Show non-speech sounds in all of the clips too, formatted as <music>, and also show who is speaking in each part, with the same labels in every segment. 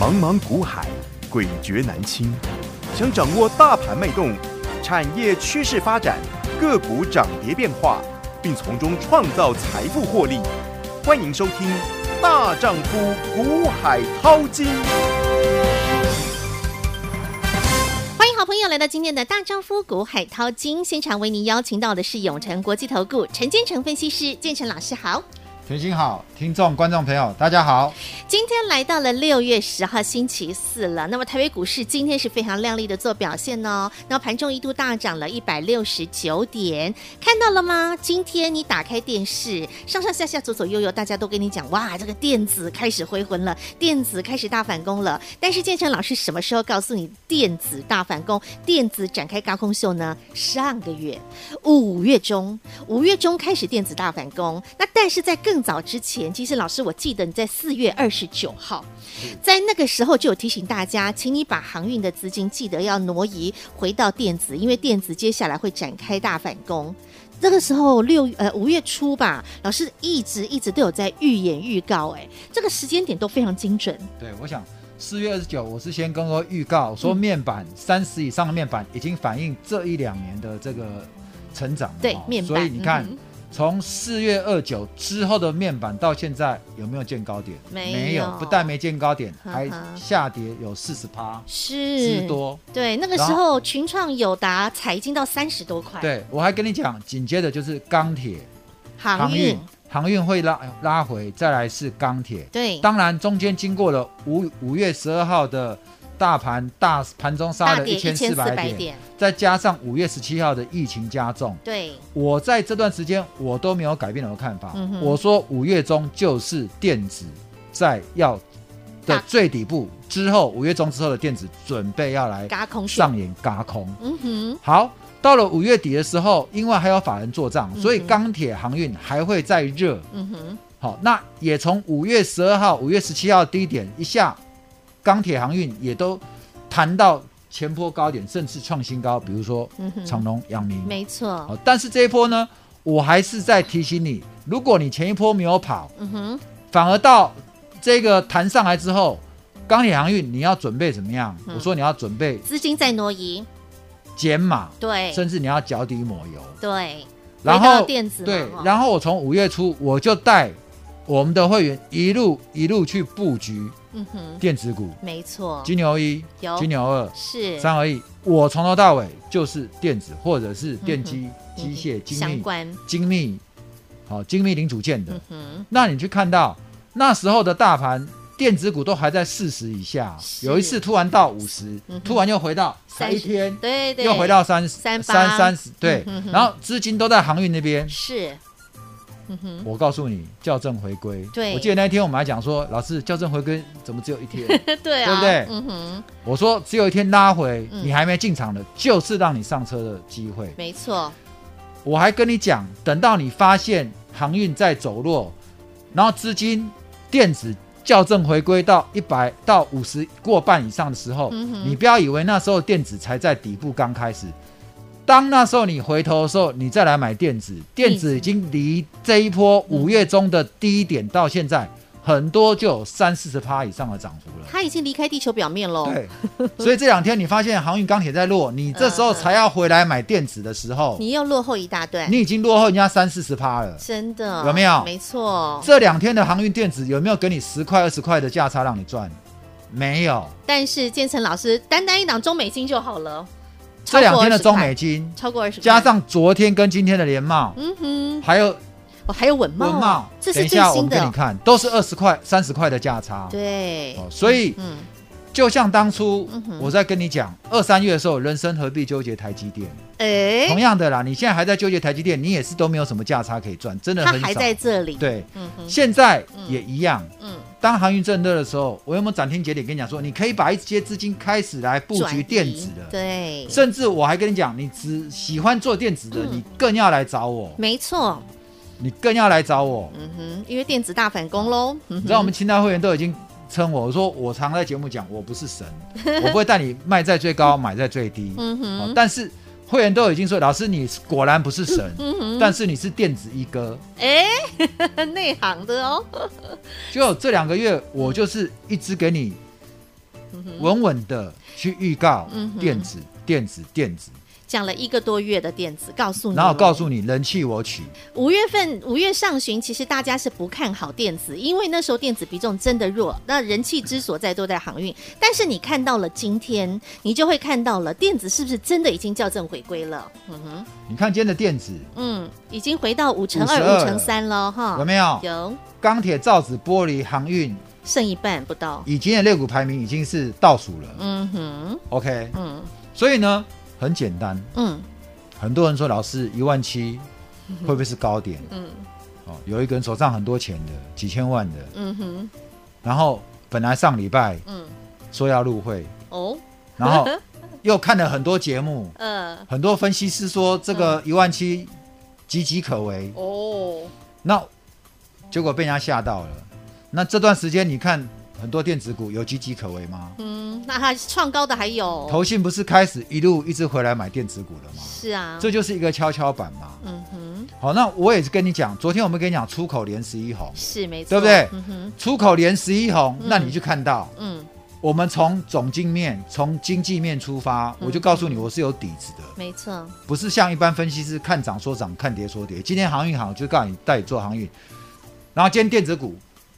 Speaker 1: 茫茫股海，诡谲难清。想掌握大盘脉动、产业趋势发展、个股涨跌变化，并从中创造财富获利，欢迎收听《大丈夫股海淘金》。
Speaker 2: 欢迎好朋友来到今天的大丈夫股海淘金现场，为您邀请到的是永诚国际投顾陈建成分析师，建成老师好。
Speaker 3: 甜心好，听众观众朋友大家好，
Speaker 2: 今天来到了六月十号星期四了，那么台北股市今天是非常亮丽的做表现哦，那盘中一度大涨了一百六十九点，看到了吗？今天你打开电视，上上下下左左右右，大家都跟你讲，哇，这个电子开始回魂了，电子开始大反攻了。但是建成老师什么时候告诉你电子大反攻，电子展开高空秀呢？上个月五月中，五月中开始电子大反攻。那但是在更早之前，其实老师我记得你在四月二十九号，
Speaker 3: 嗯
Speaker 2: 在那个时候就有提醒大家，请你把航运的资金记得要挪移回到电子，因为电子接下来会展开大反攻。那个时候六呃五月初吧，老师一直一直都有在预演预告、哎，这个时间点都非常精准。
Speaker 3: 对我想四月二十九我是先跟各位预告说面板
Speaker 2: 嗯
Speaker 3: 三十以上的面板已经反映这一两年的这个成长了
Speaker 2: 对
Speaker 3: 哦
Speaker 2: 面板
Speaker 3: 所以你看
Speaker 2: 嗯哼
Speaker 3: 从四月二九之后的面板到现在有没有见高点？
Speaker 2: 没有
Speaker 3: 不但没见高点，
Speaker 2: 呵呵
Speaker 3: 还下跌有四十趴
Speaker 2: 是
Speaker 3: 之多。
Speaker 2: 对，那个时
Speaker 3: 然
Speaker 2: 候群创、友达才已经到三十多块，，
Speaker 3: 对我还跟你讲，紧接着就是钢铁、
Speaker 2: 航运，
Speaker 3: 航运会拉哎拉回，再来是钢铁，
Speaker 2: 对，
Speaker 3: 当然，中间经过了五五月十二号的大盘大盘中杀
Speaker 2: 大
Speaker 3: 了
Speaker 2: 跌
Speaker 3: 一千四
Speaker 2: 四
Speaker 3: 百
Speaker 2: 百
Speaker 3: 点，
Speaker 2: 点，
Speaker 3: 再加上五月十七号的疫情加重，
Speaker 2: 对，
Speaker 3: 我在这段时间我都没有改变我的看法。
Speaker 2: 嗯哼
Speaker 3: 我说五月中就是电子在要的
Speaker 2: 大
Speaker 3: 最底部之后，五月中之后的电子准备要来
Speaker 2: 嘎空秀，
Speaker 3: 上演嘎空。
Speaker 2: 嗯哼，
Speaker 3: 好，到了五月底的时候，因为还有法人做账，
Speaker 2: 嗯哼
Speaker 3: 所以钢铁航运还会再热。
Speaker 2: 嗯哼，
Speaker 3: 好，那也从五月十二号、五月十七号低点一下，钢铁航运也都谈到前波高点，甚至创新高，比如说
Speaker 2: 嗯哼
Speaker 3: 长隆、阳明。
Speaker 2: 没错，
Speaker 3: 好，但是这一波呢，我还是在提醒你，如果你前一波没有跑，
Speaker 2: 嗯哼，
Speaker 3: 反而到这个弹上来之后，钢铁航运你要准备怎么样？
Speaker 2: 嗯
Speaker 3: 我说你要准备
Speaker 2: 资金在挪移，
Speaker 3: 减码，
Speaker 2: 对，
Speaker 3: 甚至你要脚底抹油。
Speaker 2: 对，
Speaker 3: 然
Speaker 2: 回到
Speaker 3: 后
Speaker 2: 电子嘛
Speaker 3: 对
Speaker 2: 哦，
Speaker 3: 然后我从五月初我就带我们的会员一路一路去布局
Speaker 2: 嗯哼，
Speaker 3: 电子股，
Speaker 2: 没错，
Speaker 3: 金牛一
Speaker 2: 有、
Speaker 3: 金牛二、
Speaker 2: 是
Speaker 3: 三合一，我从头到尾就是电子或者是电机、
Speaker 2: 嗯
Speaker 3: 机械、精
Speaker 2: 相
Speaker 3: 密、
Speaker 2: 关，
Speaker 3: 精密，好、精密零组件的。
Speaker 2: 嗯哼，
Speaker 3: 那你去看到那时候的大盘。电子股都还在四十以下，
Speaker 2: 是
Speaker 3: 有一次突然到五十、
Speaker 2: 嗯哼
Speaker 3: 突然又回到才一
Speaker 2: 30
Speaker 3: 天，
Speaker 2: 对对，
Speaker 3: 又回到三
Speaker 2: 38
Speaker 3: 三三十，对，
Speaker 2: 嗯哼哼
Speaker 3: 然后资金都在航运那边，
Speaker 2: 是，嗯哼， <laughs>
Speaker 3: 我告诉你，校正回归。
Speaker 2: 对
Speaker 3: 我记得那一天我们还讲说，老师，校正回归怎么只有一天？ <laughs>
Speaker 2: 对啊，
Speaker 3: 对不对
Speaker 2: 嗯哼，
Speaker 3: 我说只有一天拉回，
Speaker 2: 嗯
Speaker 3: 你还没进场的，就是让你上车的机会。
Speaker 2: 没错，
Speaker 3: 我还跟你讲，等到你发现航运在走弱，然后资金电子校正回归到一百到五十过半以上的时候，
Speaker 2: 嗯哼
Speaker 3: 你不要以为那时候电子才在底部刚开始。当那时候你回头的时候，你再来买电子，电子已经离这一波
Speaker 2: 嗯
Speaker 3: 五月中的低点到现在，很多就有三四十趴以上的涨幅了。
Speaker 2: 他已经离开地球表面喽，
Speaker 3: 对，所以这两天你发现航运钢铁在落，你这时候才要回来买电子的时候，
Speaker 2: 嗯你又落后一大段，
Speaker 3: 你已经落后人家三四十趴了。
Speaker 2: 真的
Speaker 3: 有没有
Speaker 2: 没错，
Speaker 3: 这两天的航运电子有没有给你十块二十块的价差让你赚？没有。
Speaker 2: 但是建成老师单单一档中美金就好了，
Speaker 3: 这两天的中
Speaker 2: 20
Speaker 3: 美金，
Speaker 2: 超过二十，
Speaker 3: 加上昨天跟今天的联茂，
Speaker 2: 嗯哼，
Speaker 3: 还有
Speaker 2: 哦还有稳茂，
Speaker 3: 文茂，
Speaker 2: 这
Speaker 3: 等
Speaker 2: 是
Speaker 3: 一
Speaker 2: 最
Speaker 3: 下我
Speaker 2: 新
Speaker 3: 们给你
Speaker 2: 的，
Speaker 3: 看，都是二十块、三十块的价差。
Speaker 2: 对，
Speaker 3: 哦，所以
Speaker 2: 嗯，
Speaker 3: 就像当初
Speaker 2: 嗯哼
Speaker 3: 我在跟你讲，二三月的时候，人生何必纠结台积电？同
Speaker 2: 哎，
Speaker 3: 样的啦，你现在还在纠结台积电，你也是都没有什么价差可以赚，真的
Speaker 2: 它
Speaker 3: 很
Speaker 2: 还
Speaker 3: 少。
Speaker 2: 在这里，，
Speaker 3: 对，
Speaker 2: 嗯哼，
Speaker 3: 现在
Speaker 2: 嗯
Speaker 3: 也一样。
Speaker 2: 嗯，
Speaker 3: 当航运正热的时候，我有没有斩钉截铁跟你讲说，你可以把一些资金开始来布
Speaker 2: 转
Speaker 3: 局
Speaker 2: 移
Speaker 3: 电子的？
Speaker 2: 对，
Speaker 3: 甚至我还跟你讲，你只喜欢做电子的，
Speaker 2: 嗯
Speaker 3: 你更要来找我，
Speaker 2: 没错，
Speaker 3: 你更要来找我。
Speaker 2: 嗯哼，因为电子大反攻喽，嗯
Speaker 3: 你
Speaker 2: 哼
Speaker 3: 知道我们清代会员都已经称我，我说我常在节目讲，我不
Speaker 2: <laughs>
Speaker 3: 是神，我不会带你卖在最高，买在最低。
Speaker 2: 嗯哼
Speaker 3: 哦但是会员都已经说，老师你果然不是神，
Speaker 2: 嗯
Speaker 3: 但是你是电子一哥。
Speaker 2: 哎， <laughs> 内行的哦，
Speaker 3: 就这两个月，我就是一直给你稳稳的去预告
Speaker 2: 嗯哼嗯
Speaker 3: 电子、电子、电子，
Speaker 2: 讲了一个多月的电子，告诉你，哦
Speaker 3: 然后告诉你人气我取，
Speaker 2: 五月份五月上旬，其实大家是不看好电子，因为那时候电子比重真的弱，那人气之所在都在航运。但是你看到了今天，你就会看到了电子是不是真的已经校正回归了？嗯哼，
Speaker 3: 你看今天的电子
Speaker 2: 嗯，已经回到五乘二、
Speaker 3: 52
Speaker 2: 五乘三了哈，
Speaker 3: 有没有？
Speaker 2: 啊有
Speaker 3: 钢铁、造纸、玻璃、航运，
Speaker 2: 剩一半不到。
Speaker 3: 以今天的类股排名已经是倒数了。
Speaker 2: 嗯哼，
Speaker 3: OK，
Speaker 2: 嗯
Speaker 3: 所以呢，很简单，
Speaker 2: 嗯
Speaker 3: 很多人说老师一万七会不会是高点？
Speaker 2: 嗯
Speaker 3: 哦，有一个人手上很多钱的，几千万的，
Speaker 2: 嗯哼，
Speaker 3: 然后本来上礼拜
Speaker 2: 嗯
Speaker 3: 说要入会，
Speaker 2: 哦，<laughs>
Speaker 3: 然后又看了很多节目，
Speaker 2: 呃，
Speaker 3: 很多分析师说这个
Speaker 2: 嗯
Speaker 3: 一万七岌岌可危，
Speaker 2: 哦，
Speaker 3: 那结果被人家吓到了。那这段时间你看很多电子股有岌岌可危吗？
Speaker 2: 嗯，那它创高的还有，
Speaker 3: 投信不是开始一路一直回来买电子股了吗？
Speaker 2: 是啊，
Speaker 3: 这就是一个跷跷板嘛。
Speaker 2: 嗯哼，
Speaker 3: 好，那我也是跟你讲，昨天我们跟你讲出口连十一红，
Speaker 2: 是没错，
Speaker 3: 对不对
Speaker 2: 嗯哼，
Speaker 3: 出口连十一红，
Speaker 2: 嗯
Speaker 3: 那你就看到
Speaker 2: 嗯，
Speaker 3: 我们从总经面、从经济面出发，
Speaker 2: 嗯
Speaker 3: 我就告诉你我是有底子的，
Speaker 2: 没错，
Speaker 3: 不是像一般分析师看涨说涨，看跌说跌。今天航运好，就告诉你带你做航运，然后今天电子股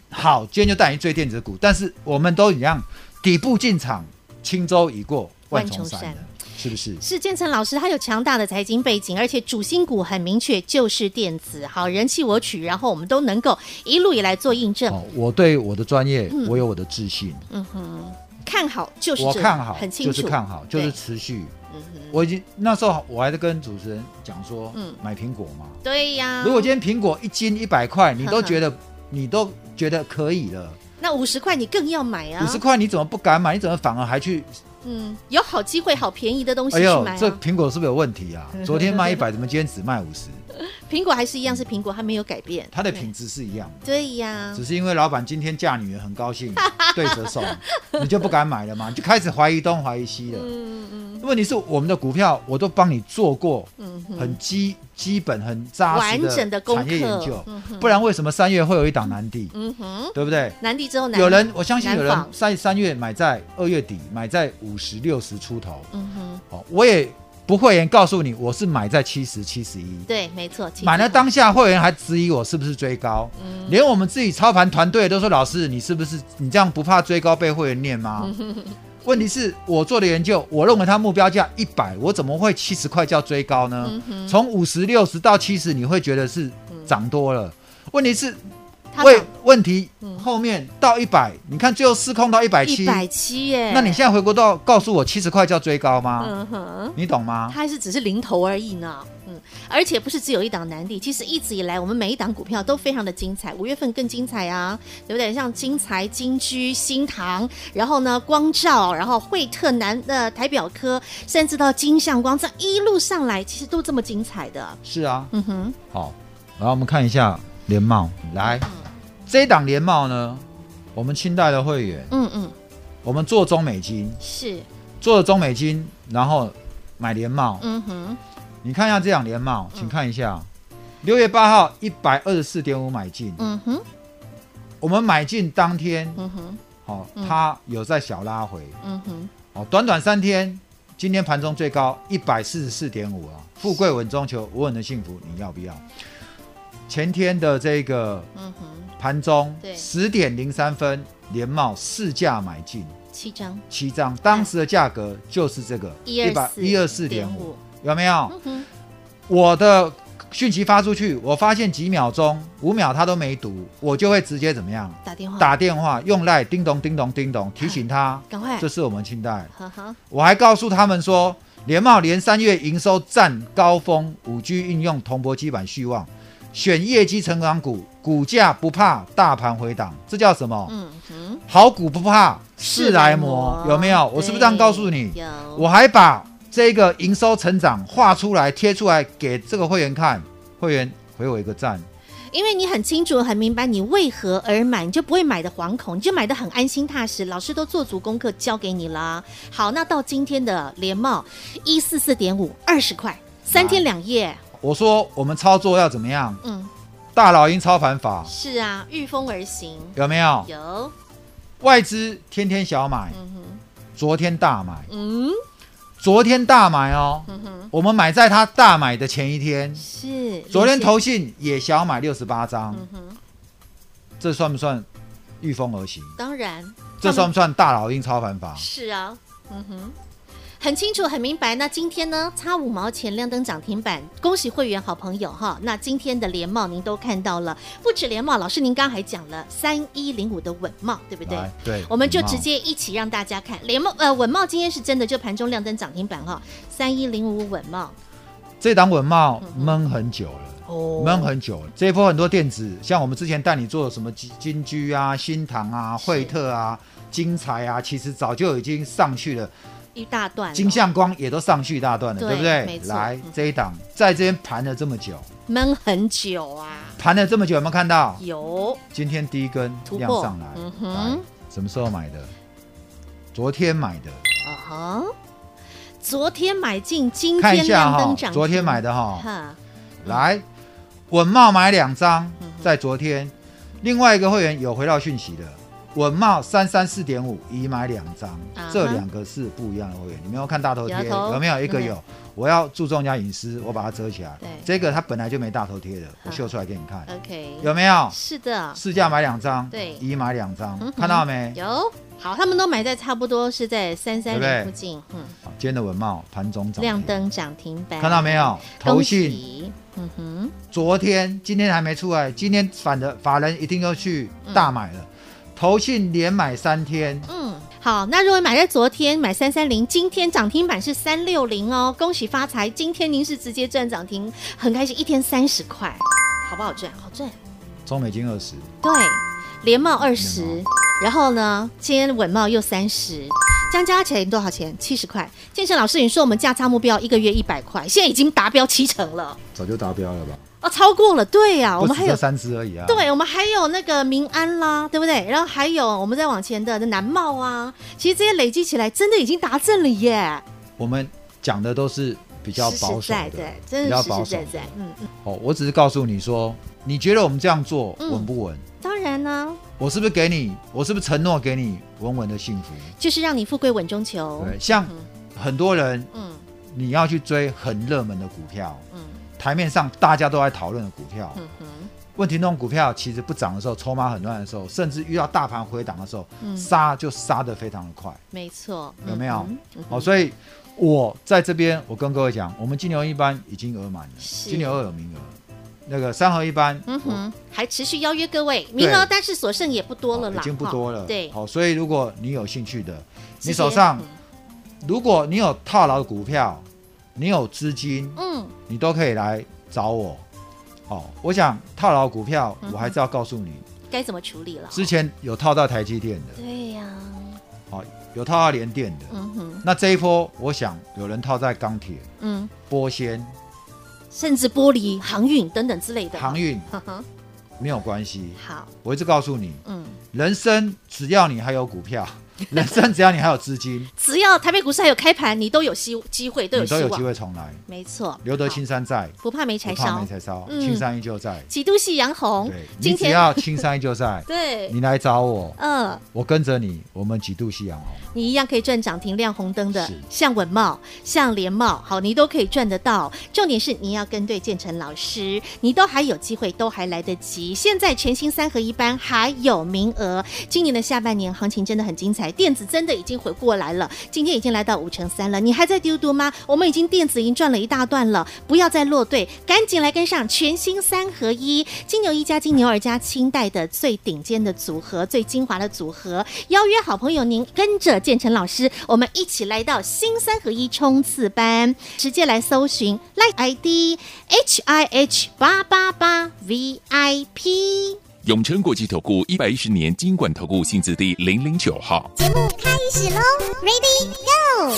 Speaker 3: 好，今天就带你追电子股，但是我们都一样，底部进场，轻舟已过万重山
Speaker 2: 万重
Speaker 3: 的，是不是？
Speaker 2: 是建成老师，他有强大的财经背景，而且主心骨很明确，就是电子。好，人气我取，然后我们都能够一路以来做印证。
Speaker 3: 哦，我对我的专业
Speaker 2: 嗯，
Speaker 3: 我有我的自信。
Speaker 2: 嗯哼，看好就是
Speaker 3: 我
Speaker 2: 这
Speaker 3: 看好，
Speaker 2: 很清
Speaker 3: 就
Speaker 2: 楚，
Speaker 3: 是看好，就
Speaker 2: 对
Speaker 3: 是持续。
Speaker 2: 嗯哼，
Speaker 3: 我已经那时候我还在跟主持人讲说，
Speaker 2: 嗯
Speaker 3: 买苹果嘛。
Speaker 2: 对呀。
Speaker 3: 如果今天苹果一斤一百块，你
Speaker 2: 呵
Speaker 3: 都
Speaker 2: 呵
Speaker 3: 觉得你都觉得可以了，
Speaker 2: 那五十块你更要买啊，
Speaker 3: 五十，块你怎么不敢买？你怎么反而还去？
Speaker 2: 嗯，有好机会、好便宜的东西
Speaker 3: 哎
Speaker 2: 去
Speaker 3: 呦
Speaker 2: 买、啊，
Speaker 3: 这苹果是不是有问题
Speaker 2: <laughs>
Speaker 3: 啊？昨天卖一百，怎么今天只卖五十？
Speaker 2: 苹果还是一样是苹果，它没有改变。
Speaker 3: 它的品质是一样的，
Speaker 2: 对呀，
Speaker 3: 只是因为老板今天嫁女儿很高兴，对折送，你就不敢买了嘛，你就开始怀疑东怀疑西了。
Speaker 2: 嗯嗯
Speaker 3: 问题是我们的股票我都帮你做过，
Speaker 2: 嗯哼，
Speaker 3: 很基基本、很扎实
Speaker 2: 完整的
Speaker 3: 的
Speaker 2: 功
Speaker 3: 产业研
Speaker 2: 课
Speaker 3: 究
Speaker 2: 嗯，
Speaker 3: 不然为什么三月会有一档难地，
Speaker 2: 嗯哼，
Speaker 3: 对不对？
Speaker 2: 南地之后南
Speaker 3: 有人，我相信有人
Speaker 2: 难仿
Speaker 3: 在三月买在二月底，买在五十六十出头。
Speaker 2: 嗯哼，
Speaker 3: 哦，我也不会员告诉你，我是买在七十七十一。
Speaker 2: 对，没错，其实
Speaker 3: 买了当下，会员还质疑我是不是追高，
Speaker 2: 嗯
Speaker 3: 连我们自己操盘团队都说：“老师，你是不是你这样不怕追高被会员念吗？”
Speaker 2: <laughs>
Speaker 3: 问题是我做的研究，我认为它目标价一百，我怎么会七十块叫追高呢？
Speaker 2: 嗯
Speaker 3: 从五十六十到七十，你会觉得是涨多了。问题是
Speaker 2: 它
Speaker 3: 问
Speaker 2: 涨
Speaker 3: 问题后面到一百，你看最后失控到一百
Speaker 2: 嗯一
Speaker 3: 七，
Speaker 2: 百七耶，
Speaker 3: 那你现在回过到告诉我七十块叫追高吗？
Speaker 2: 嗯哼。
Speaker 3: 你懂吗？
Speaker 2: 它还是只是零头而已呢。嗯，而且不是只有一档难地，其实一直以来我们每一档股票都非常的精彩，五月份更精彩啊，对不对？像金财、金居、新塘，然后呢光照，然后惠特南的、呃台表科，甚至到金相光，这样一路上来其实都这么精彩的。
Speaker 3: 是啊，
Speaker 2: 嗯哼，
Speaker 3: 好，然后我们看一下联茂，来，
Speaker 2: 嗯
Speaker 3: 这一档联茂呢，我们清代的会员，
Speaker 2: 嗯嗯，
Speaker 3: 我们做中美金，
Speaker 2: 是，
Speaker 3: 做了中美金，然后买联茂，
Speaker 2: 嗯哼，
Speaker 3: 你看一下这档联茂，请看一下，六月八号一百二十四点五买进，
Speaker 2: 嗯哼，
Speaker 3: 我们买进当天，
Speaker 2: 嗯哼，
Speaker 3: 好、
Speaker 2: 嗯
Speaker 3: 它有在小拉回，
Speaker 2: 嗯哼，
Speaker 3: 哦，短短三天，今天盘中最高一百四十四点五啊！富贵稳中求，稳稳的幸福，你要不要？前天的这个
Speaker 2: 嗯哼，
Speaker 3: 盘中
Speaker 2: 对
Speaker 3: 十点零三分，联茂市价买进
Speaker 2: 七张，
Speaker 3: 七张，当时的价格就是这个
Speaker 2: 一二四，
Speaker 3: 一二四点五，，有没有？
Speaker 2: 嗯哼，
Speaker 3: 我的讯息发出去，我发现几秒钟，五秒他都没读，我就会直接怎么样？
Speaker 2: 打电话，，
Speaker 3: 打电话用赖叮咚叮咚叮咚提醒他，
Speaker 2: 赶快
Speaker 3: 这，是我们清代。
Speaker 2: 哈哈，
Speaker 3: 我还告诉他们说，联茂连三月营收占高峰，五 G 应用铜箔基板续旺，选业绩成长股，股价不怕大盘回档，这叫什么？
Speaker 2: 嗯哼。
Speaker 3: 好股不怕
Speaker 2: 是
Speaker 3: 事来磨，有没有？我是不是这样告诉你？
Speaker 2: 有，
Speaker 3: 我还把这个营收成长画出来贴出来给这个会员看，会员回我一个赞。
Speaker 2: 因为你很清楚、很明白你为何而买，你就不会买的惶恐，你就买的很安心踏实。老师都做足功课教给你啦。好，那到今天的联茂一四四点五，二十块，三天两夜，
Speaker 3: 我说我们操作要怎么样？
Speaker 2: 嗯，
Speaker 3: 大老鹰操盘法
Speaker 2: 是啊，御风而行，
Speaker 3: 有没有？
Speaker 2: 有，
Speaker 3: 外资天天小买，
Speaker 2: 嗯哼，
Speaker 3: 昨天大买，
Speaker 2: 嗯，
Speaker 3: 昨天大买哦，
Speaker 2: 嗯哼，
Speaker 3: 我们买在它大买的前一天，
Speaker 2: 是。
Speaker 3: 昨天
Speaker 2: 连线，
Speaker 3: 投信也小买六十八张，
Speaker 2: 嗯哼，
Speaker 3: 这算不算御风而行？
Speaker 2: 当然，
Speaker 3: 这算不算大老鹰超凡法？
Speaker 2: 是啊，嗯哼，很清楚，很明白。那今天呢，差五毛钱亮灯涨停板，恭喜会员好朋友哈。那今天的联茂您都看到了，不止联茂，老师您刚还讲了三一零五的稳茂，对不对？
Speaker 3: 来，对，
Speaker 2: 我们就
Speaker 3: 很好
Speaker 2: 直接一起让大家看联茂呃稳茂今天是真的，就盘中亮灯涨停板哈，三一零五稳茂
Speaker 3: 这档文茂
Speaker 2: 嗯哼
Speaker 3: 闷很久了。
Speaker 2: 哦
Speaker 3: 闷很久了，这一波很多电子，像我们之前带你做的什么金金居啊、新唐啊、惠特啊、金财啊，其实早就已经上去了，
Speaker 2: 一大段了哦
Speaker 3: 金相光也都上去一大段了，
Speaker 2: 哎对
Speaker 3: 对不
Speaker 2: 没
Speaker 3: 对？
Speaker 2: 错
Speaker 3: 来
Speaker 2: 嗯
Speaker 3: 这一档在这边盘了这么久，
Speaker 2: 闷很久啊，
Speaker 3: 盘了这么久，有没有看到？
Speaker 2: 有
Speaker 3: 今天第一根
Speaker 2: 突破
Speaker 3: 亮上来，
Speaker 2: 嗯哼
Speaker 3: 来什么时候买的？昨天买的，
Speaker 2: 啊哈。昨天买进，今
Speaker 3: 看一
Speaker 2: 天
Speaker 3: 下
Speaker 2: 亮
Speaker 3: 哈
Speaker 2: 灯涨停。，
Speaker 3: 昨天买的哈，
Speaker 2: 哈，
Speaker 3: 来，稳茂买两张
Speaker 2: 嗯哼，
Speaker 3: 在昨天，另外一个会员有回到讯息的，稳茂三三四点五已买两张
Speaker 2: 啊哈，
Speaker 3: 这两个是不一样的会员。你没有看大头贴
Speaker 2: 有头
Speaker 3: 有没有？一个
Speaker 2: 嗯
Speaker 3: 有，我要注重人家隐私，我把它遮起来
Speaker 2: 对。
Speaker 3: 这个它本来就没大头贴的，我
Speaker 2: 啊
Speaker 3: 秀出来给你看，
Speaker 2: OK，
Speaker 3: 有没有？
Speaker 2: 是的，
Speaker 3: 市价买两张，
Speaker 2: 对
Speaker 3: 已买两张
Speaker 2: 嗯哼，
Speaker 3: 看到没？
Speaker 2: 有好，他们都买在差不多是在三三
Speaker 3: 对不对
Speaker 2: 零附近，嗯，
Speaker 3: 今天的稳茂盘中涨停
Speaker 2: 亮，灯涨停板，
Speaker 3: 看到没？有？投
Speaker 2: 恭
Speaker 3: 信
Speaker 2: 喜，嗯哼，
Speaker 3: 昨天、今天还没出来，今天反的法人一定又去大买了，投信连买三天，
Speaker 2: 嗯，好，那如果买在昨天买三三零，今天涨停板是三六零哦，恭喜发财！今天您是直接赚涨停，很开心，一天三十块，好不好赚？好赚，
Speaker 3: 中美金二十，
Speaker 2: 对，联茂二十，然后呢，今天稳茂又三十。这样加起来多少钱？七十块。健身老师，你说我们价差目标一个月一百块，现在已经达标七成了。
Speaker 3: 早就达标了吧？
Speaker 2: 哦，超过了，对呀、我们
Speaker 3: 不止
Speaker 2: 还有
Speaker 3: 这，三只而已啊。，
Speaker 2: 对，我们还有那个民安啦，对不对？然后还有我们再往前的那南茂啊，其实这些累积起来真的已经达阵了耶，
Speaker 3: 我们讲的都是比较
Speaker 2: 实
Speaker 3: 保
Speaker 2: 实
Speaker 3: 守
Speaker 2: 在
Speaker 3: 的
Speaker 2: 在，，真
Speaker 3: 比
Speaker 2: 的
Speaker 3: 较
Speaker 2: 实
Speaker 3: 保
Speaker 2: 实
Speaker 3: 守
Speaker 2: 在
Speaker 3: 的。
Speaker 2: 在，嗯嗯，
Speaker 3: 哦，我只是告诉你说，你觉得我们这样做
Speaker 2: 嗯
Speaker 3: 稳不稳？
Speaker 2: 当然呢、
Speaker 3: 我是不是给你？我是不是承诺给你稳稳的幸福？
Speaker 2: 就是让你富贵稳中求，
Speaker 3: 对，像
Speaker 2: 嗯
Speaker 3: 很多人
Speaker 2: 嗯
Speaker 3: 你要去追很热门的股票，
Speaker 2: 嗯
Speaker 3: 台面上大家都在讨论的股票，
Speaker 2: 嗯哼，
Speaker 3: 问题那种股票其实不涨的时候，筹码很乱的时候，甚至遇到大盘回档的时候，
Speaker 2: 嗯
Speaker 3: 杀就杀得非常的快，
Speaker 2: 没错，
Speaker 3: 有没有
Speaker 2: 嗯哼？
Speaker 3: 哦，
Speaker 2: 以
Speaker 3: 所以我在这边，我跟各位讲，我们金牛一班已经额满了，
Speaker 2: 是
Speaker 3: 金牛二有名额，那个三合一班，哦
Speaker 2: 嗯
Speaker 3: 我
Speaker 2: 哼，还持续邀约各位，名额但是所剩也不多了
Speaker 3: 哦
Speaker 2: 啦，
Speaker 3: 已经不多了，
Speaker 2: 哈对，
Speaker 3: 好、所以如果你有兴趣的，
Speaker 2: 直接
Speaker 3: 你手上
Speaker 2: 嗯
Speaker 3: 如果你有套牢的股票，你有资金，
Speaker 2: 嗯
Speaker 3: 你都可以来找我。哦，我想套牢股票
Speaker 2: 嗯，哼
Speaker 3: 我还是要告诉你，
Speaker 2: 该怎么处理了？
Speaker 3: 之前有套到台积电的，
Speaker 2: 对呀、
Speaker 3: 好、有套到联电的，
Speaker 2: 嗯哼，
Speaker 3: 那这一波，我想有人套在钢铁、
Speaker 2: 嗯，
Speaker 3: 玻纤、
Speaker 2: 甚至玻璃、航运等等之类的。
Speaker 3: 航运
Speaker 2: 呵呵，
Speaker 3: 没有关系。
Speaker 2: 好，
Speaker 3: 我一直告诉你，
Speaker 2: 嗯，
Speaker 3: 人生只要你还有
Speaker 2: <laughs>
Speaker 3: 股票，人生只要你还有资金，
Speaker 2: 只要台北股市还有开盘，你都有希机会，都有
Speaker 3: 你
Speaker 2: 希
Speaker 3: 都有机
Speaker 2: 望。
Speaker 3: 会重来。
Speaker 2: 没错，
Speaker 3: 留得
Speaker 2: 好
Speaker 3: 青山在，
Speaker 2: 不怕没柴
Speaker 3: 不怕
Speaker 2: 烧
Speaker 3: 没，柴烧，
Speaker 2: 嗯
Speaker 3: 青山依旧在。
Speaker 2: 几度夕阳红
Speaker 3: 对。你
Speaker 2: 今
Speaker 3: 只
Speaker 2: 天，
Speaker 3: 要青山依旧在
Speaker 2: 对，
Speaker 3: 你来找我，
Speaker 2: 嗯、
Speaker 3: 我跟着你，我们几度夕阳哦红。
Speaker 2: 你一样可以赚涨停亮红灯的
Speaker 3: 是，
Speaker 2: 像文茂、像联茂，好，你都可以赚得到。重点是你要跟对建成老师，你都还有机会，都还来得及。现在全新三合一班还有名额，今年的下半年行情真的很精彩，电子真的已经回过来了，今天已经来到五成三了，你还在丢丢吗？我们已经电子已经赚了一大段了，不要再落队，赶紧来跟上全新三合一，金牛一加金牛二加清代的最顶尖的组合，最精华的组合，邀约好朋友您跟着建成老师，我们一起来到新三合一冲刺班，直接来搜寻 Line ID H I H 八八八 V I P。
Speaker 4: 永诚国际投顾一百一十年金管投顾性质第零零九号。
Speaker 5: 节目开始喽，Ready Go！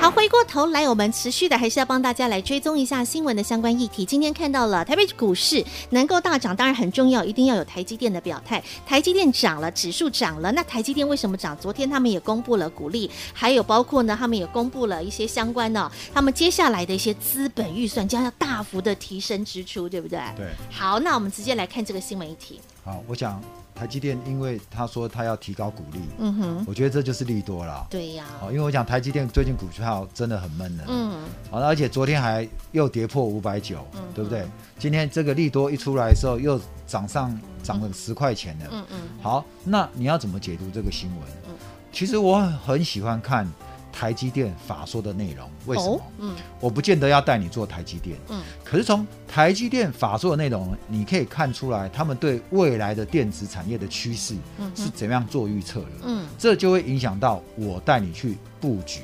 Speaker 2: 好，回过头来，我们持续的还是要帮大家来追踪一下新闻的相关议题。今天看到了台北股市能够大涨，当然很重要，一定要有台积电的表态。台积电涨了，指数涨了，那台积电为什么涨？昨天他们也公布了股利，还有包括呢，他们也公布了一些相关的、他们接下来的一些资本预算将要大幅的提升支出，对不对？
Speaker 3: 对，
Speaker 2: 好，那我们直接来看这个新闻议题。
Speaker 3: 好，我想台积电，因为他说他要提高股利，
Speaker 2: 嗯哼，
Speaker 3: 我觉得这就是利多啦。
Speaker 2: 对呀、
Speaker 3: 好，哦因为我讲台积电最近股票真的很闷的，
Speaker 2: 嗯，
Speaker 3: 好，那而且昨天还又跌破五百九
Speaker 2: 嗯，
Speaker 3: 对不对？今天这个利多一出来的时候，又涨上涨了十块钱了。
Speaker 2: 嗯嗯，
Speaker 3: 好，那你要怎么解读这个新闻？其实我很喜欢看台积电法说的内容，为什么？
Speaker 2: 哦嗯
Speaker 3: 我不见得要带你做台积电，
Speaker 2: 嗯，
Speaker 3: 可是从台积电法说的内容，你可以看出来他们对未来的电子产业的趋势
Speaker 2: 嗯哼
Speaker 3: 是怎么样做预测的。
Speaker 2: 嗯
Speaker 3: 这就会影响到我带你去布局，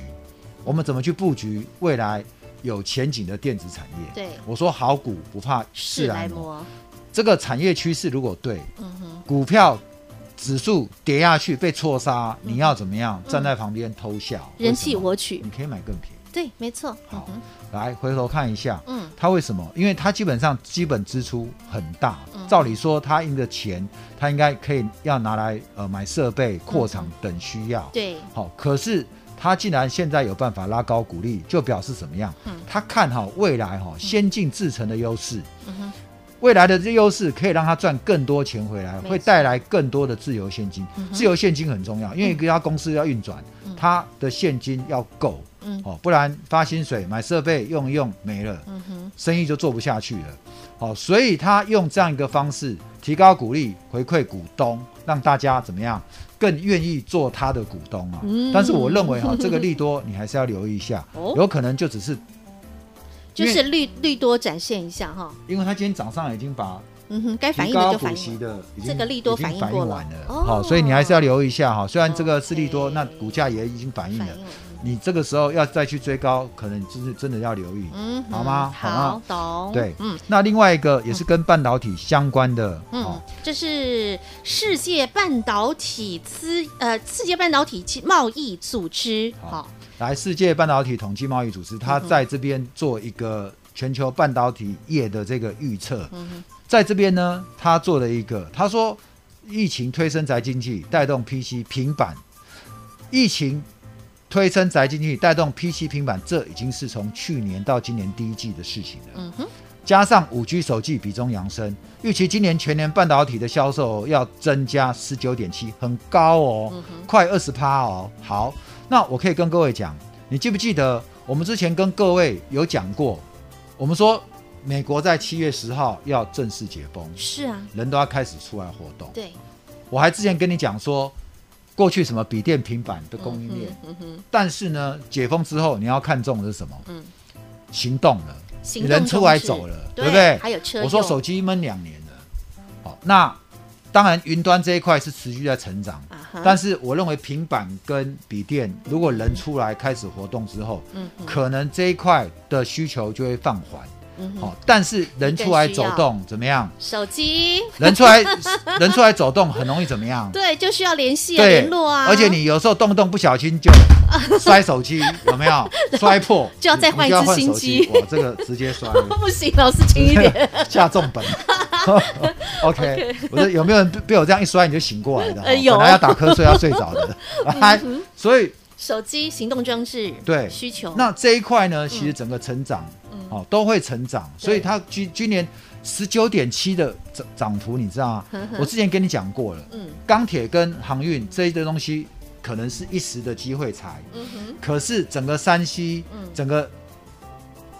Speaker 3: 我们怎么去布局未来有前景的电子产业？
Speaker 2: 对
Speaker 3: 我说好股不怕
Speaker 2: 是
Speaker 3: 事
Speaker 2: 来
Speaker 3: 来磨。
Speaker 2: 磨，
Speaker 3: 这个产业趋势如果对
Speaker 2: 嗯哼，
Speaker 3: 股票指数跌下去被错杀，你要怎么样？站在旁边偷笑？
Speaker 2: 嗯人气
Speaker 3: 为什么
Speaker 2: 我取
Speaker 3: 你，可以买更便宜。
Speaker 2: 对，没错，
Speaker 3: 好
Speaker 2: 嗯，
Speaker 3: 来回头看一下，
Speaker 2: 嗯
Speaker 3: 它为什么？因为它基本上基本支出很大
Speaker 2: 嗯，
Speaker 3: 照理说它赢的钱，它应该可以要拿来呃买设备、扩厂等需要。
Speaker 2: 对，
Speaker 3: 好，可是他竟然现在有办法拉高股利，就表示什么样？
Speaker 2: 嗯
Speaker 3: 他看好未来哈、先进制程的优势，
Speaker 2: 嗯哼，
Speaker 3: 未来的这优势可以让他赚更多钱回来，
Speaker 2: 没错嗯
Speaker 3: 会带来更多的自由现金。自由现金很重要，因为一家公司要运转，它的现金要够
Speaker 2: 嗯
Speaker 3: 哦，不然发薪水、买设备用一用没了，
Speaker 2: 嗯哼，
Speaker 3: 生意就做不下去了。好、所以他用这样一个方式提高股利，回馈股东，让大家怎么样更愿意做他的股东啊？
Speaker 2: 嗯
Speaker 3: 但是我认为哈、这个利多你还是要留意一下，
Speaker 2: 哦
Speaker 3: 有可能就只是
Speaker 2: 就
Speaker 3: 因为
Speaker 2: 是绿绿多展现一下哈，
Speaker 3: 因为他今天早上已经把
Speaker 2: 嗯哼，该反
Speaker 3: 提
Speaker 2: 应的
Speaker 3: 高
Speaker 2: 就反
Speaker 3: 股息
Speaker 2: 应了，
Speaker 3: 的已经
Speaker 2: 这个利多
Speaker 3: 已经
Speaker 2: 反应
Speaker 3: 反
Speaker 2: 过
Speaker 3: 应
Speaker 2: 了
Speaker 3: 完了，
Speaker 2: 哦
Speaker 3: 好、所以你还是要留意一下哈、虽然这个是利多，
Speaker 2: OK
Speaker 3: 那股价也已经反应了
Speaker 2: 反，应了，
Speaker 3: 你这个时候要再去追高，可能就是真的要留意。
Speaker 2: 嗯哼，
Speaker 3: 好吗好吗
Speaker 2: 好，懂，
Speaker 3: 对
Speaker 2: 嗯
Speaker 3: 那另外一个也是跟半导体相关的，
Speaker 2: 嗯
Speaker 3: 哦，
Speaker 2: 这是世界半导体资呃世界半导体贸易组织，
Speaker 3: 好
Speaker 2: 好，
Speaker 3: 来，世界半导体统计贸易组织，它在这边做一个全球半导体业的这个预测。
Speaker 2: 嗯
Speaker 3: 在这边呢，它做了一个，他说疫情推升宅经济，带动 PC 平板。疫情推升宅经济，带动 PC 平板，这已经是从去年到今年第一季的事情了。
Speaker 2: 嗯哼，
Speaker 3: 加上五 G 手机比中扬升，预期今年全年半导体的销售要增加十九点七，很高哦，
Speaker 2: 嗯
Speaker 3: 快二十趴哦。好，那我可以跟各位讲，你记不记得我们之前跟各位有讲过，我们说美国在七月十号要正式解封，
Speaker 2: 是啊，
Speaker 3: 人都要开始出来活动。
Speaker 2: 对，
Speaker 3: 我还之前跟你讲说，过去什么笔电、平板的供应链，
Speaker 2: 嗯哼，
Speaker 3: 但是呢，解封之后你要看重的是什么？
Speaker 2: 嗯，
Speaker 3: 行动了，
Speaker 2: 行动
Speaker 3: 人出
Speaker 2: 装
Speaker 3: 来
Speaker 2: 置
Speaker 3: 走了，
Speaker 2: 对
Speaker 3: 对不对？
Speaker 2: 还有车用，
Speaker 3: 我说手机闷两年了，好、那当然云端这一块是持续在成长，
Speaker 2: 啊哈，
Speaker 3: 但是我认为平板跟笔电，如果人出来开始活动之后，
Speaker 2: 嗯哼
Speaker 3: 可能这一块的需求就会放缓，
Speaker 2: 嗯
Speaker 3: 好、
Speaker 2: 哼，
Speaker 3: 但是人出来
Speaker 2: 更需
Speaker 3: 走
Speaker 2: 要
Speaker 3: 动怎么样？
Speaker 2: 手机，
Speaker 3: 人出来 <laughs> 人出来走动很容易怎么样？
Speaker 2: 对，就需要联系啊，联络啊，
Speaker 3: 而且你有时候动不动不小心
Speaker 2: <laughs>
Speaker 3: 就摔手机，有没有？摔破
Speaker 2: 就要再换一
Speaker 3: 你
Speaker 2: 只
Speaker 3: 就要
Speaker 2: 新
Speaker 3: 手
Speaker 2: 机
Speaker 3: 哇，这个直接摔了。
Speaker 2: 不行，老师轻一
Speaker 3: <laughs>
Speaker 2: 点，
Speaker 3: 下重
Speaker 2: <laughs>
Speaker 3: 本。OK，我说有没有人被被我这样一摔你就醒过来的？
Speaker 2: 呃有嗯
Speaker 3: 本来要打瞌睡要睡
Speaker 2: <laughs>
Speaker 3: 着的。来，所以
Speaker 2: 手机行动装置
Speaker 3: 对
Speaker 2: 需求，
Speaker 3: 那这一块呢，其实整个成长，
Speaker 2: 嗯
Speaker 3: 哦，都会成长，所以它今今年十九点七的涨涨幅，你知道吗？我之前跟你讲过了，
Speaker 2: 嗯
Speaker 3: 钢铁跟航运这一堆东西可能是一时的机会财，
Speaker 2: 嗯哼，
Speaker 3: 可是整个山西，
Speaker 2: 嗯
Speaker 3: 整个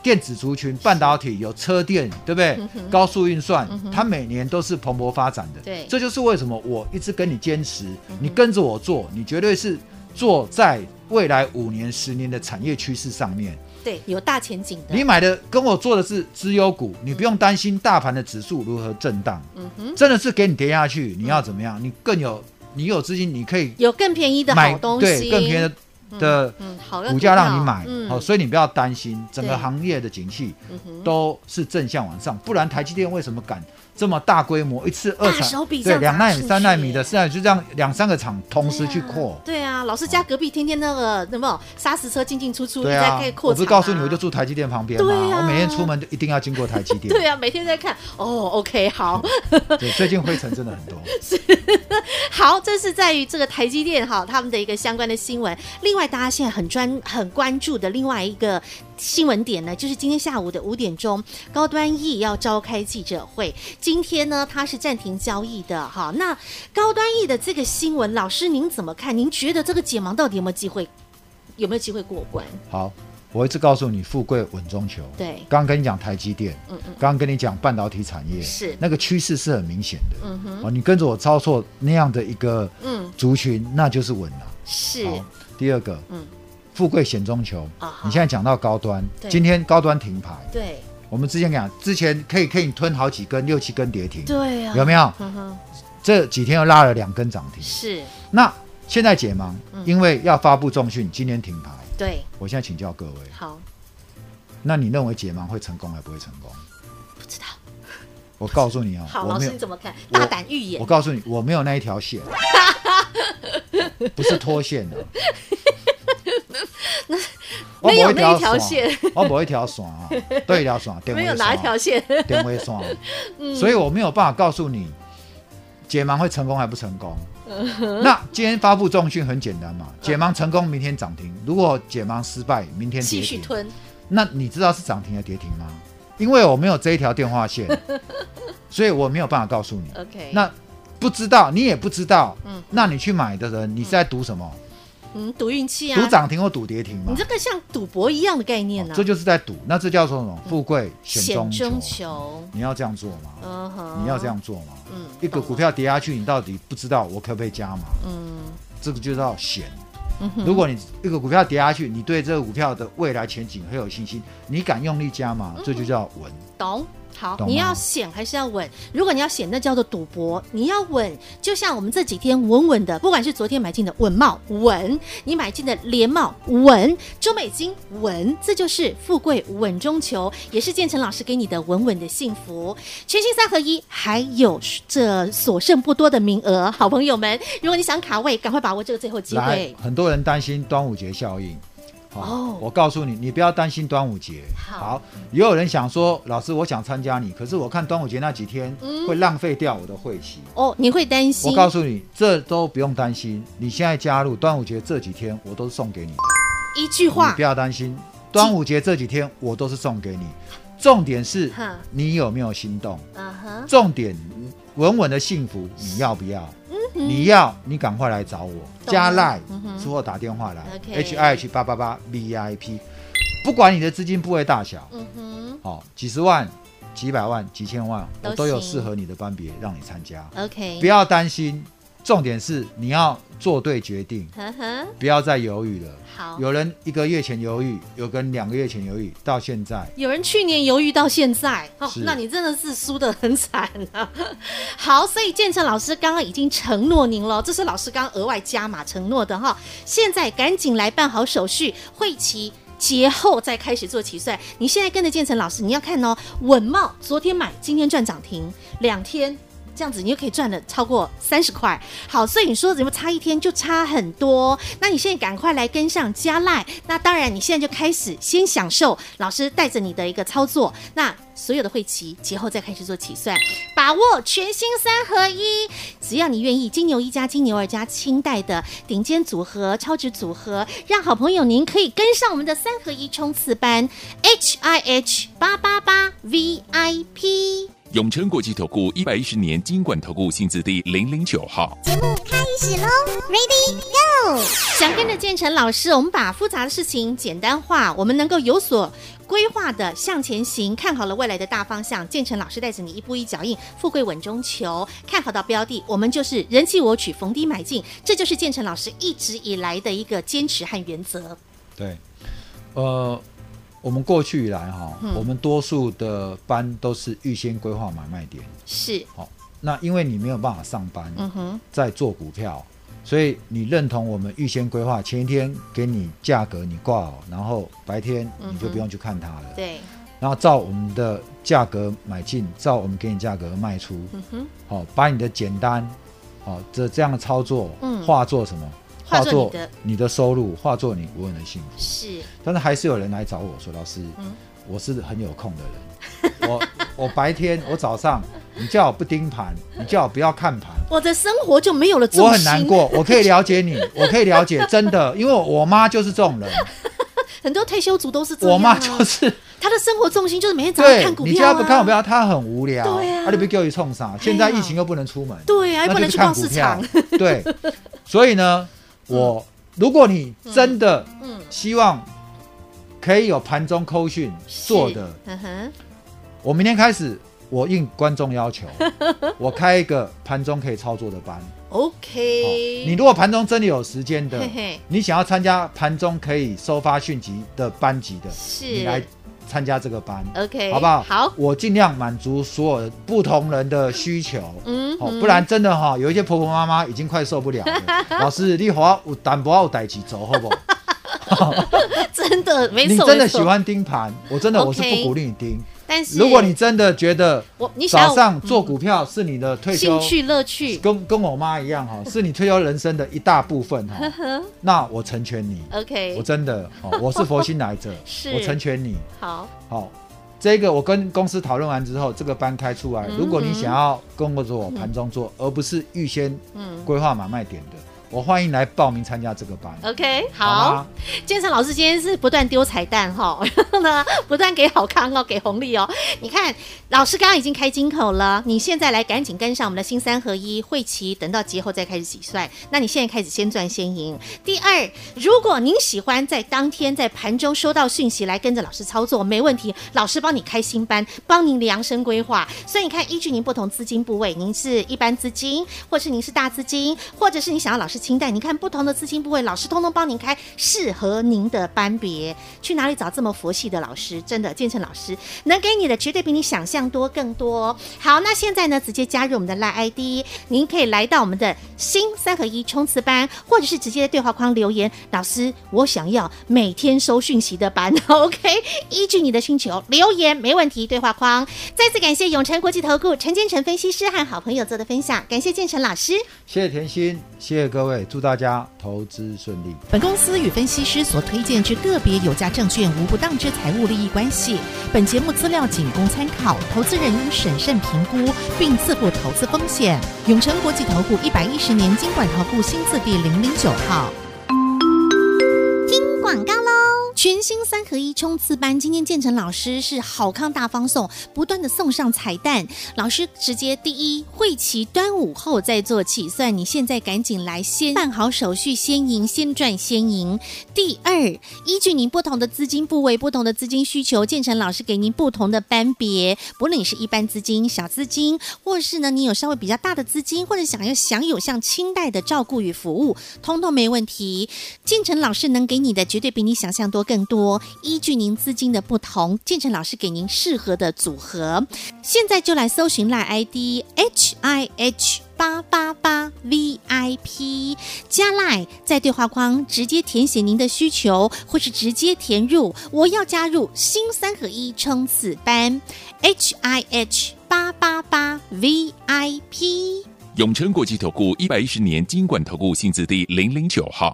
Speaker 3: 电子族群、半导体有车电，对不对？
Speaker 2: 嗯
Speaker 3: 高速运算，它每年都是蓬勃发展的。
Speaker 2: 对嗯
Speaker 3: 这就是为什么我一直跟你坚持，你跟着我做，你绝对是做在未来五年、十年的产业趋势上面。
Speaker 2: 对，有大前景的，
Speaker 3: 你买的跟我做的是资优股，你不用担心大盘的指数如何震荡，
Speaker 2: 嗯哼，嗯
Speaker 3: 真的是给你跌下去，你要怎么样？你更有，你有资金，你可以
Speaker 2: 有更便宜的
Speaker 3: 买
Speaker 2: 好东
Speaker 3: 对
Speaker 2: 西，
Speaker 3: 更便宜的。的
Speaker 2: 嗯，好的
Speaker 3: 股价让你
Speaker 2: 股票
Speaker 3: 买，
Speaker 2: 嗯
Speaker 3: 好、所以你不要担心，整个
Speaker 2: 对
Speaker 3: 行业的景气
Speaker 2: 嗯哼
Speaker 3: 都是正向往上，不然台积电为什么敢这么大规模一次二
Speaker 2: 大手
Speaker 3: 厂
Speaker 2: 笔这
Speaker 3: 对
Speaker 2: 样啊砸
Speaker 3: 两纳米、
Speaker 2: 出
Speaker 3: 三纳米
Speaker 2: 去
Speaker 3: 的，现在就这样两三个厂同时去扩，
Speaker 2: 对啊，啊，老师家隔壁天天那个什么砂石车进进出出，一直
Speaker 3: 对
Speaker 2: 在
Speaker 3: 啊
Speaker 2: 开，扩
Speaker 3: 我
Speaker 2: 产、啊。
Speaker 3: 不是告诉你，我就住台积电旁边吗？
Speaker 2: 对啊
Speaker 3: 我每天出门就一定要经过台积
Speaker 2: <laughs>
Speaker 3: 电。
Speaker 2: 对啊，每天在看哦，OK，好 <laughs>
Speaker 3: 对，最近灰尘真的很多。
Speaker 2: 好，这是在于这个台积电哈他们的一个相关的新闻。另外，大家现在很专很关注的另外一个新闻点呢，就是今天下午的五点钟，高端 E 要召开记者会。今天呢，它是暂停交易的哈。那高端 E 的这个新闻，老师您怎么看？您觉得这个解盲到底有没有机会？有没有机会过关？
Speaker 3: 好，我一直告诉你，富贵稳中求。
Speaker 2: 对
Speaker 3: 刚跟你讲台积电，
Speaker 2: 嗯嗯
Speaker 3: 刚刚跟你讲半导体产业，
Speaker 2: 是
Speaker 3: 那个趋势是很明显的。
Speaker 2: 嗯哼
Speaker 3: 哦，你跟着我操作那样的一个
Speaker 2: 嗯
Speaker 3: 族群，那就是稳了。
Speaker 2: 是
Speaker 3: 好，第二个，
Speaker 2: 嗯
Speaker 3: 富贵险中求。
Speaker 2: 啊哈
Speaker 3: 你现在讲到高端，
Speaker 2: 对
Speaker 3: 今天高端停牌，
Speaker 2: 对
Speaker 3: 我们之前讲，之前可以可以吞好几根，六七根跌停，
Speaker 2: 对啊，
Speaker 3: 有没有？
Speaker 2: 嗯哼，
Speaker 3: 这几天又拉了两根涨停。
Speaker 2: 是
Speaker 3: 那现在解盲，
Speaker 2: 嗯
Speaker 3: 因为要发布重讯，今天停牌。
Speaker 2: 对，
Speaker 3: 我现在请教各位，
Speaker 2: 好，
Speaker 3: 那你认为解盲会成功还不会成功？
Speaker 2: 不知道。
Speaker 3: 我告诉你哦，
Speaker 2: 好，
Speaker 3: 我
Speaker 2: 老
Speaker 3: 没
Speaker 2: 师
Speaker 3: 有
Speaker 2: 你，怎么看？
Speaker 3: 我
Speaker 2: 大胆预言
Speaker 3: 我，告诉你，我没有那一条
Speaker 2: <laughs>
Speaker 3: 线，不是脱线的。我
Speaker 2: 没有
Speaker 3: 不会
Speaker 2: 那一条线
Speaker 3: 线， <laughs> 我不会一条线啊，对一条线，
Speaker 2: <laughs>
Speaker 3: 电
Speaker 2: 没
Speaker 3: 位
Speaker 2: 有哪一条
Speaker 3: 线，
Speaker 2: 线。嗯
Speaker 3: 电位线，
Speaker 2: <laughs>
Speaker 3: 所以我没有办法告诉你解盲会成功还不成功。
Speaker 2: 嗯
Speaker 3: 那今天发布重讯很简单嘛，解盲成功明天涨停，如果解盲失败明天跌
Speaker 2: 继续
Speaker 3: 停，
Speaker 2: 吞，
Speaker 3: 那你知道是涨停还是跌停吗？因为我没有这一条电话
Speaker 2: <laughs>
Speaker 3: 线，所以我没有办法告诉你。
Speaker 2: OK，
Speaker 3: 那不知道，你也不知道，
Speaker 2: 嗯
Speaker 3: 那你去买的人，你是在赌什么？
Speaker 2: 嗯，赌运气啊，
Speaker 3: 赌涨停或赌跌停嘛
Speaker 2: 你？这个像赌博一样的概念呢、
Speaker 3: 哦这就是在赌，那这叫做什么？富贵险
Speaker 2: 嗯险
Speaker 3: 中
Speaker 2: 中
Speaker 3: 求。
Speaker 2: 求，
Speaker 3: 你要这样做吗？
Speaker 2: 嗯哼，
Speaker 3: 你要这，样做吗？
Speaker 2: 嗯，
Speaker 3: 一个股票跌下去，你到底不知道我可不可以加码？
Speaker 2: 嗯，
Speaker 3: 这个就叫险。
Speaker 2: 嗯哼
Speaker 3: 如果你一个股票跌下去，你对这个股票的未来前景很有信心，你敢用力加码，
Speaker 2: 嗯
Speaker 3: 这就叫稳。
Speaker 2: 懂。好，
Speaker 3: 懂吗
Speaker 2: 你要险还是要稳？如果你要险，那叫做赌博；你要稳，就像我们这几天稳稳的，不管是昨天买进的稳茂稳，你买进的联茂稳，中美金稳，这就是富贵稳中求，也是建成老师给你的稳稳的幸福。全新三合一，还有这所剩不多的名额，好朋友们，如果你想卡位，赶快把握这个最后机
Speaker 3: 来
Speaker 2: 会，。
Speaker 3: 很多人担心端午节效应。好
Speaker 2: 哦
Speaker 3: 我告诉你，你不要担心端午节。
Speaker 2: 好
Speaker 3: 也有人想说，老师，我想参加你，可是我看端午节那几天、
Speaker 2: 嗯
Speaker 3: 会浪费掉我的会期。
Speaker 2: 哦，你会担心？
Speaker 3: 我告诉你，这都不用担心。你现在加入端午节这几天，我都是送给你的，
Speaker 2: 一句
Speaker 3: 你
Speaker 2: 话
Speaker 3: 不，要担心。端午节这几天，我都是送给你。重点是
Speaker 2: 哈
Speaker 3: 你有没有心动？
Speaker 2: 嗯哼，
Speaker 3: 重点，稳稳的幸福，你要不要？你要，你赶快来找我，
Speaker 2: 嗯懂
Speaker 3: 加赖
Speaker 2: 嗯哼
Speaker 3: 之后打电话来
Speaker 2: OK
Speaker 3: ，H I H 八八八 V I P，不管你的资金部位大小，
Speaker 2: 嗯哼
Speaker 3: 好、几十万、几百万、几千万，
Speaker 2: 都
Speaker 3: 我都有
Speaker 2: 行
Speaker 3: 适合你的班别让你参加，
Speaker 2: ，OK，
Speaker 3: 不要担心。重点是你要做对决定，
Speaker 2: 呵呵，
Speaker 3: 不要再犹豫了。
Speaker 2: 好。
Speaker 3: 有人一个月前犹豫，有跟两个月前犹豫，到现在
Speaker 2: 有人去年犹豫到现在，哦，
Speaker 3: 是
Speaker 2: 那你真的是输得很惨啊！ <laughs> 好，所以建成老师刚刚已经承诺您了，这是老师刚刚额外加码承诺的哈。现在赶紧来办好手续，会期。节后再开始做起算，你现在跟着建成老师，你要看哦，稳茂昨天买，今天赚涨停，两天这样子你就可以赚了超过三十块。好，所以你说怎么差一天就差很多？那你现在赶快来跟上加赖。那当然，你现在就开始先享受老师带着你的一个操作。那所有的会期节后再开始做起算，把握全新三合一。只要你愿意，金牛一加金牛二加清代的顶尖组合、超值组合，让好朋友您可以跟上我们的三合一冲刺班 H I H 八八八 V I P。
Speaker 4: 永诚国际投顾一百一十年金管投顾新字第零零九号。
Speaker 2: 想跟着建成老师，我们把复杂的事情简单化，我们能够有所规划的向前行，看好了未来的大方向。建成老师带着你一步一脚印，富贵稳中求。看好到标的，我们就是人气我取，逢低买进，这就是建成老师一直以来的一个坚持和原则。
Speaker 3: 对，呃，我们过去以来哈、
Speaker 2: 嗯
Speaker 3: 我们多数的班都是预先规划买卖点。
Speaker 2: 是，
Speaker 3: 好、那因为你没有办法上班，
Speaker 2: 嗯哼，
Speaker 3: 在做股票，所以你认同我们预先规划，前一天给你价格，你挂好，然后白天你就
Speaker 2: 嗯哼
Speaker 3: 不用去看它了。
Speaker 2: 对，
Speaker 3: 然后照我们的价格买进，照我们给你价格卖出，
Speaker 2: 嗯哼，
Speaker 3: 好、把你的简单，好、这这样的操作
Speaker 2: 嗯
Speaker 3: 化作什么？
Speaker 2: 化
Speaker 3: 化
Speaker 2: 作
Speaker 3: 作
Speaker 2: 你的
Speaker 3: 你的收入，化作你无人的幸福。
Speaker 2: 是，
Speaker 3: 但是还是有人来找我说，老师，
Speaker 2: 嗯
Speaker 3: 我是很有空的人， <laughs> 我我白天我早上，你叫我不盯盘，你叫我不要看盘，
Speaker 2: 我的生活就没有了重心，
Speaker 3: 我很难。过，我可以了解你，我可以了解，真的，因为我妈就是
Speaker 2: <laughs>
Speaker 3: 这种人，
Speaker 2: 很多退休族都是这样、啊，
Speaker 3: 我妈就是
Speaker 2: 她的生活重心就是每天早上
Speaker 3: 对
Speaker 2: 看股票、啊，
Speaker 3: 你叫她不看股票，她很无聊，
Speaker 2: 对啊
Speaker 3: 你不给我冲啥？现在疫情又不能出门，
Speaker 2: 对啊，又
Speaker 3: 那
Speaker 2: 不能去
Speaker 3: 就是
Speaker 2: 逛
Speaker 3: 看
Speaker 2: 市
Speaker 3: 股
Speaker 2: 场
Speaker 3: 票，，对，
Speaker 2: <laughs>
Speaker 3: 所以呢，我如果你真的
Speaker 2: 嗯，
Speaker 3: 希望可以有盘中扣讯
Speaker 2: 是
Speaker 3: 做的。
Speaker 2: 嗯哼，
Speaker 3: 我明天开始，我应观众
Speaker 2: <laughs>
Speaker 3: 要求，我开一个盘中可以操作的班。哦
Speaker 2: OK，
Speaker 3: 你如果盘中真的有时间的
Speaker 2: 嘿嘿，
Speaker 3: 你想要参加盘中可以收发讯息的班级的，
Speaker 2: 是
Speaker 3: 你来参加这个班，
Speaker 2: OK，
Speaker 3: 好不好？
Speaker 2: 好， <laughs>
Speaker 3: 我尽量满足所有不同人的需求。
Speaker 2: 嗯，
Speaker 3: 哦
Speaker 2: 嗯，
Speaker 3: 不然真的哈、有一些婆婆妈妈已经快受不了
Speaker 2: <laughs>
Speaker 3: 了。老师，丽华，我淡薄有代志走，好不好？
Speaker 2: 真的 <laughs> 没
Speaker 3: 你
Speaker 2: 错，
Speaker 3: 真
Speaker 2: 没
Speaker 3: 的喜
Speaker 2: 错，
Speaker 3: 欢盯盘，我真的我是
Speaker 2: OK
Speaker 3: 不鼓励你盯。
Speaker 2: 但是
Speaker 3: 如果你真的觉得
Speaker 2: 我你想要
Speaker 3: 早上做股票是你的退休
Speaker 2: 兴趣乐趣
Speaker 3: 跟跟我妈一
Speaker 2: <laughs>
Speaker 3: 样哈、是你退休人生的一大部分哈、那我成全你，
Speaker 2: ，OK，
Speaker 3: 我真的哦，我是佛心来着
Speaker 2: <laughs> 是，
Speaker 3: 我成全你。
Speaker 2: 好，
Speaker 3: 好、这个我跟公司讨论完之后，这个班开出来，
Speaker 2: 嗯
Speaker 3: 如果你想要跟我做盘中做，而不是预先
Speaker 2: 嗯
Speaker 3: 规划买卖点的，我欢迎来报名参加这个班。
Speaker 2: ，OK，
Speaker 3: 好
Speaker 2: 呃好
Speaker 3: 吗，
Speaker 2: 建成老师今天是不断丢彩蛋哈， <laughs> 然后呢，不断给好康哦，给红利哦。你看，老师刚刚已经开金口了，你现在来赶紧跟上我们的新三合一会期，等到节后再开始起算。那你现在开始先赚先赢。第二，如果您喜欢在当天在盘中收到讯息来跟着老师操作，没问题，老师帮你开新班，帮您量身规划。所以你看，依据您不同资金部位，您是一般资金，或是您是大资金，或者是你想要老师清淡，你看不同的资金部位，老师通通帮您开适合您的班别。去哪里找这么佛系的老师？真的，建成老师能给你的绝对比你想象多更多。好，那现在呢，直接加入我们的 LINE ID，您可以来到我们的新三合一冲刺班，或者是直接在对话框留言，老师，我想要每天收讯息的班 <laughs> ，OK？依据你的需求留言没问题，对话框。再次感谢永诚国际投顾陈建成分析师和好朋友做的分享，感谢建成老师。
Speaker 3: 谢谢甜心，谢谢各位，祝大家投资顺利。
Speaker 5: 本公司与分析师所推荐之个别有价证券无不当之财务利益关系。本节目资料仅供参考，投资人应审慎评估并自负投资风险。永诚国际投顾一百一十年经管投顾新字第零零九号。
Speaker 2: 广告喽！全新三合一冲刺班，今天建成老师是好康大方送，不断的送上彩蛋。老师直接第一会期端午后再做起算，你现在赶紧来，先办好手续，先赢，先赚，先赢。第二，依据您不同的资金部位、不同的资金需求，建成老师给您不同的班别，不论你是一般资金、小资金，或是呢你有稍微比较大的资金，或者想要享有像清代的照顾与服务，通通没问题。建成老师能给你的绝对比你想象多更多，依据您资金的不同，建成老师给您适合的组合。现在就来搜寻赖 ID H I H。八八八 VIP 加赖，在对话框直接填写您的需求，或是直接填入我要加入新三合一冲刺班 H I H 八八八 VIP。
Speaker 4: 永诚国际投顾一百一十年金管投顾性质第零零九号。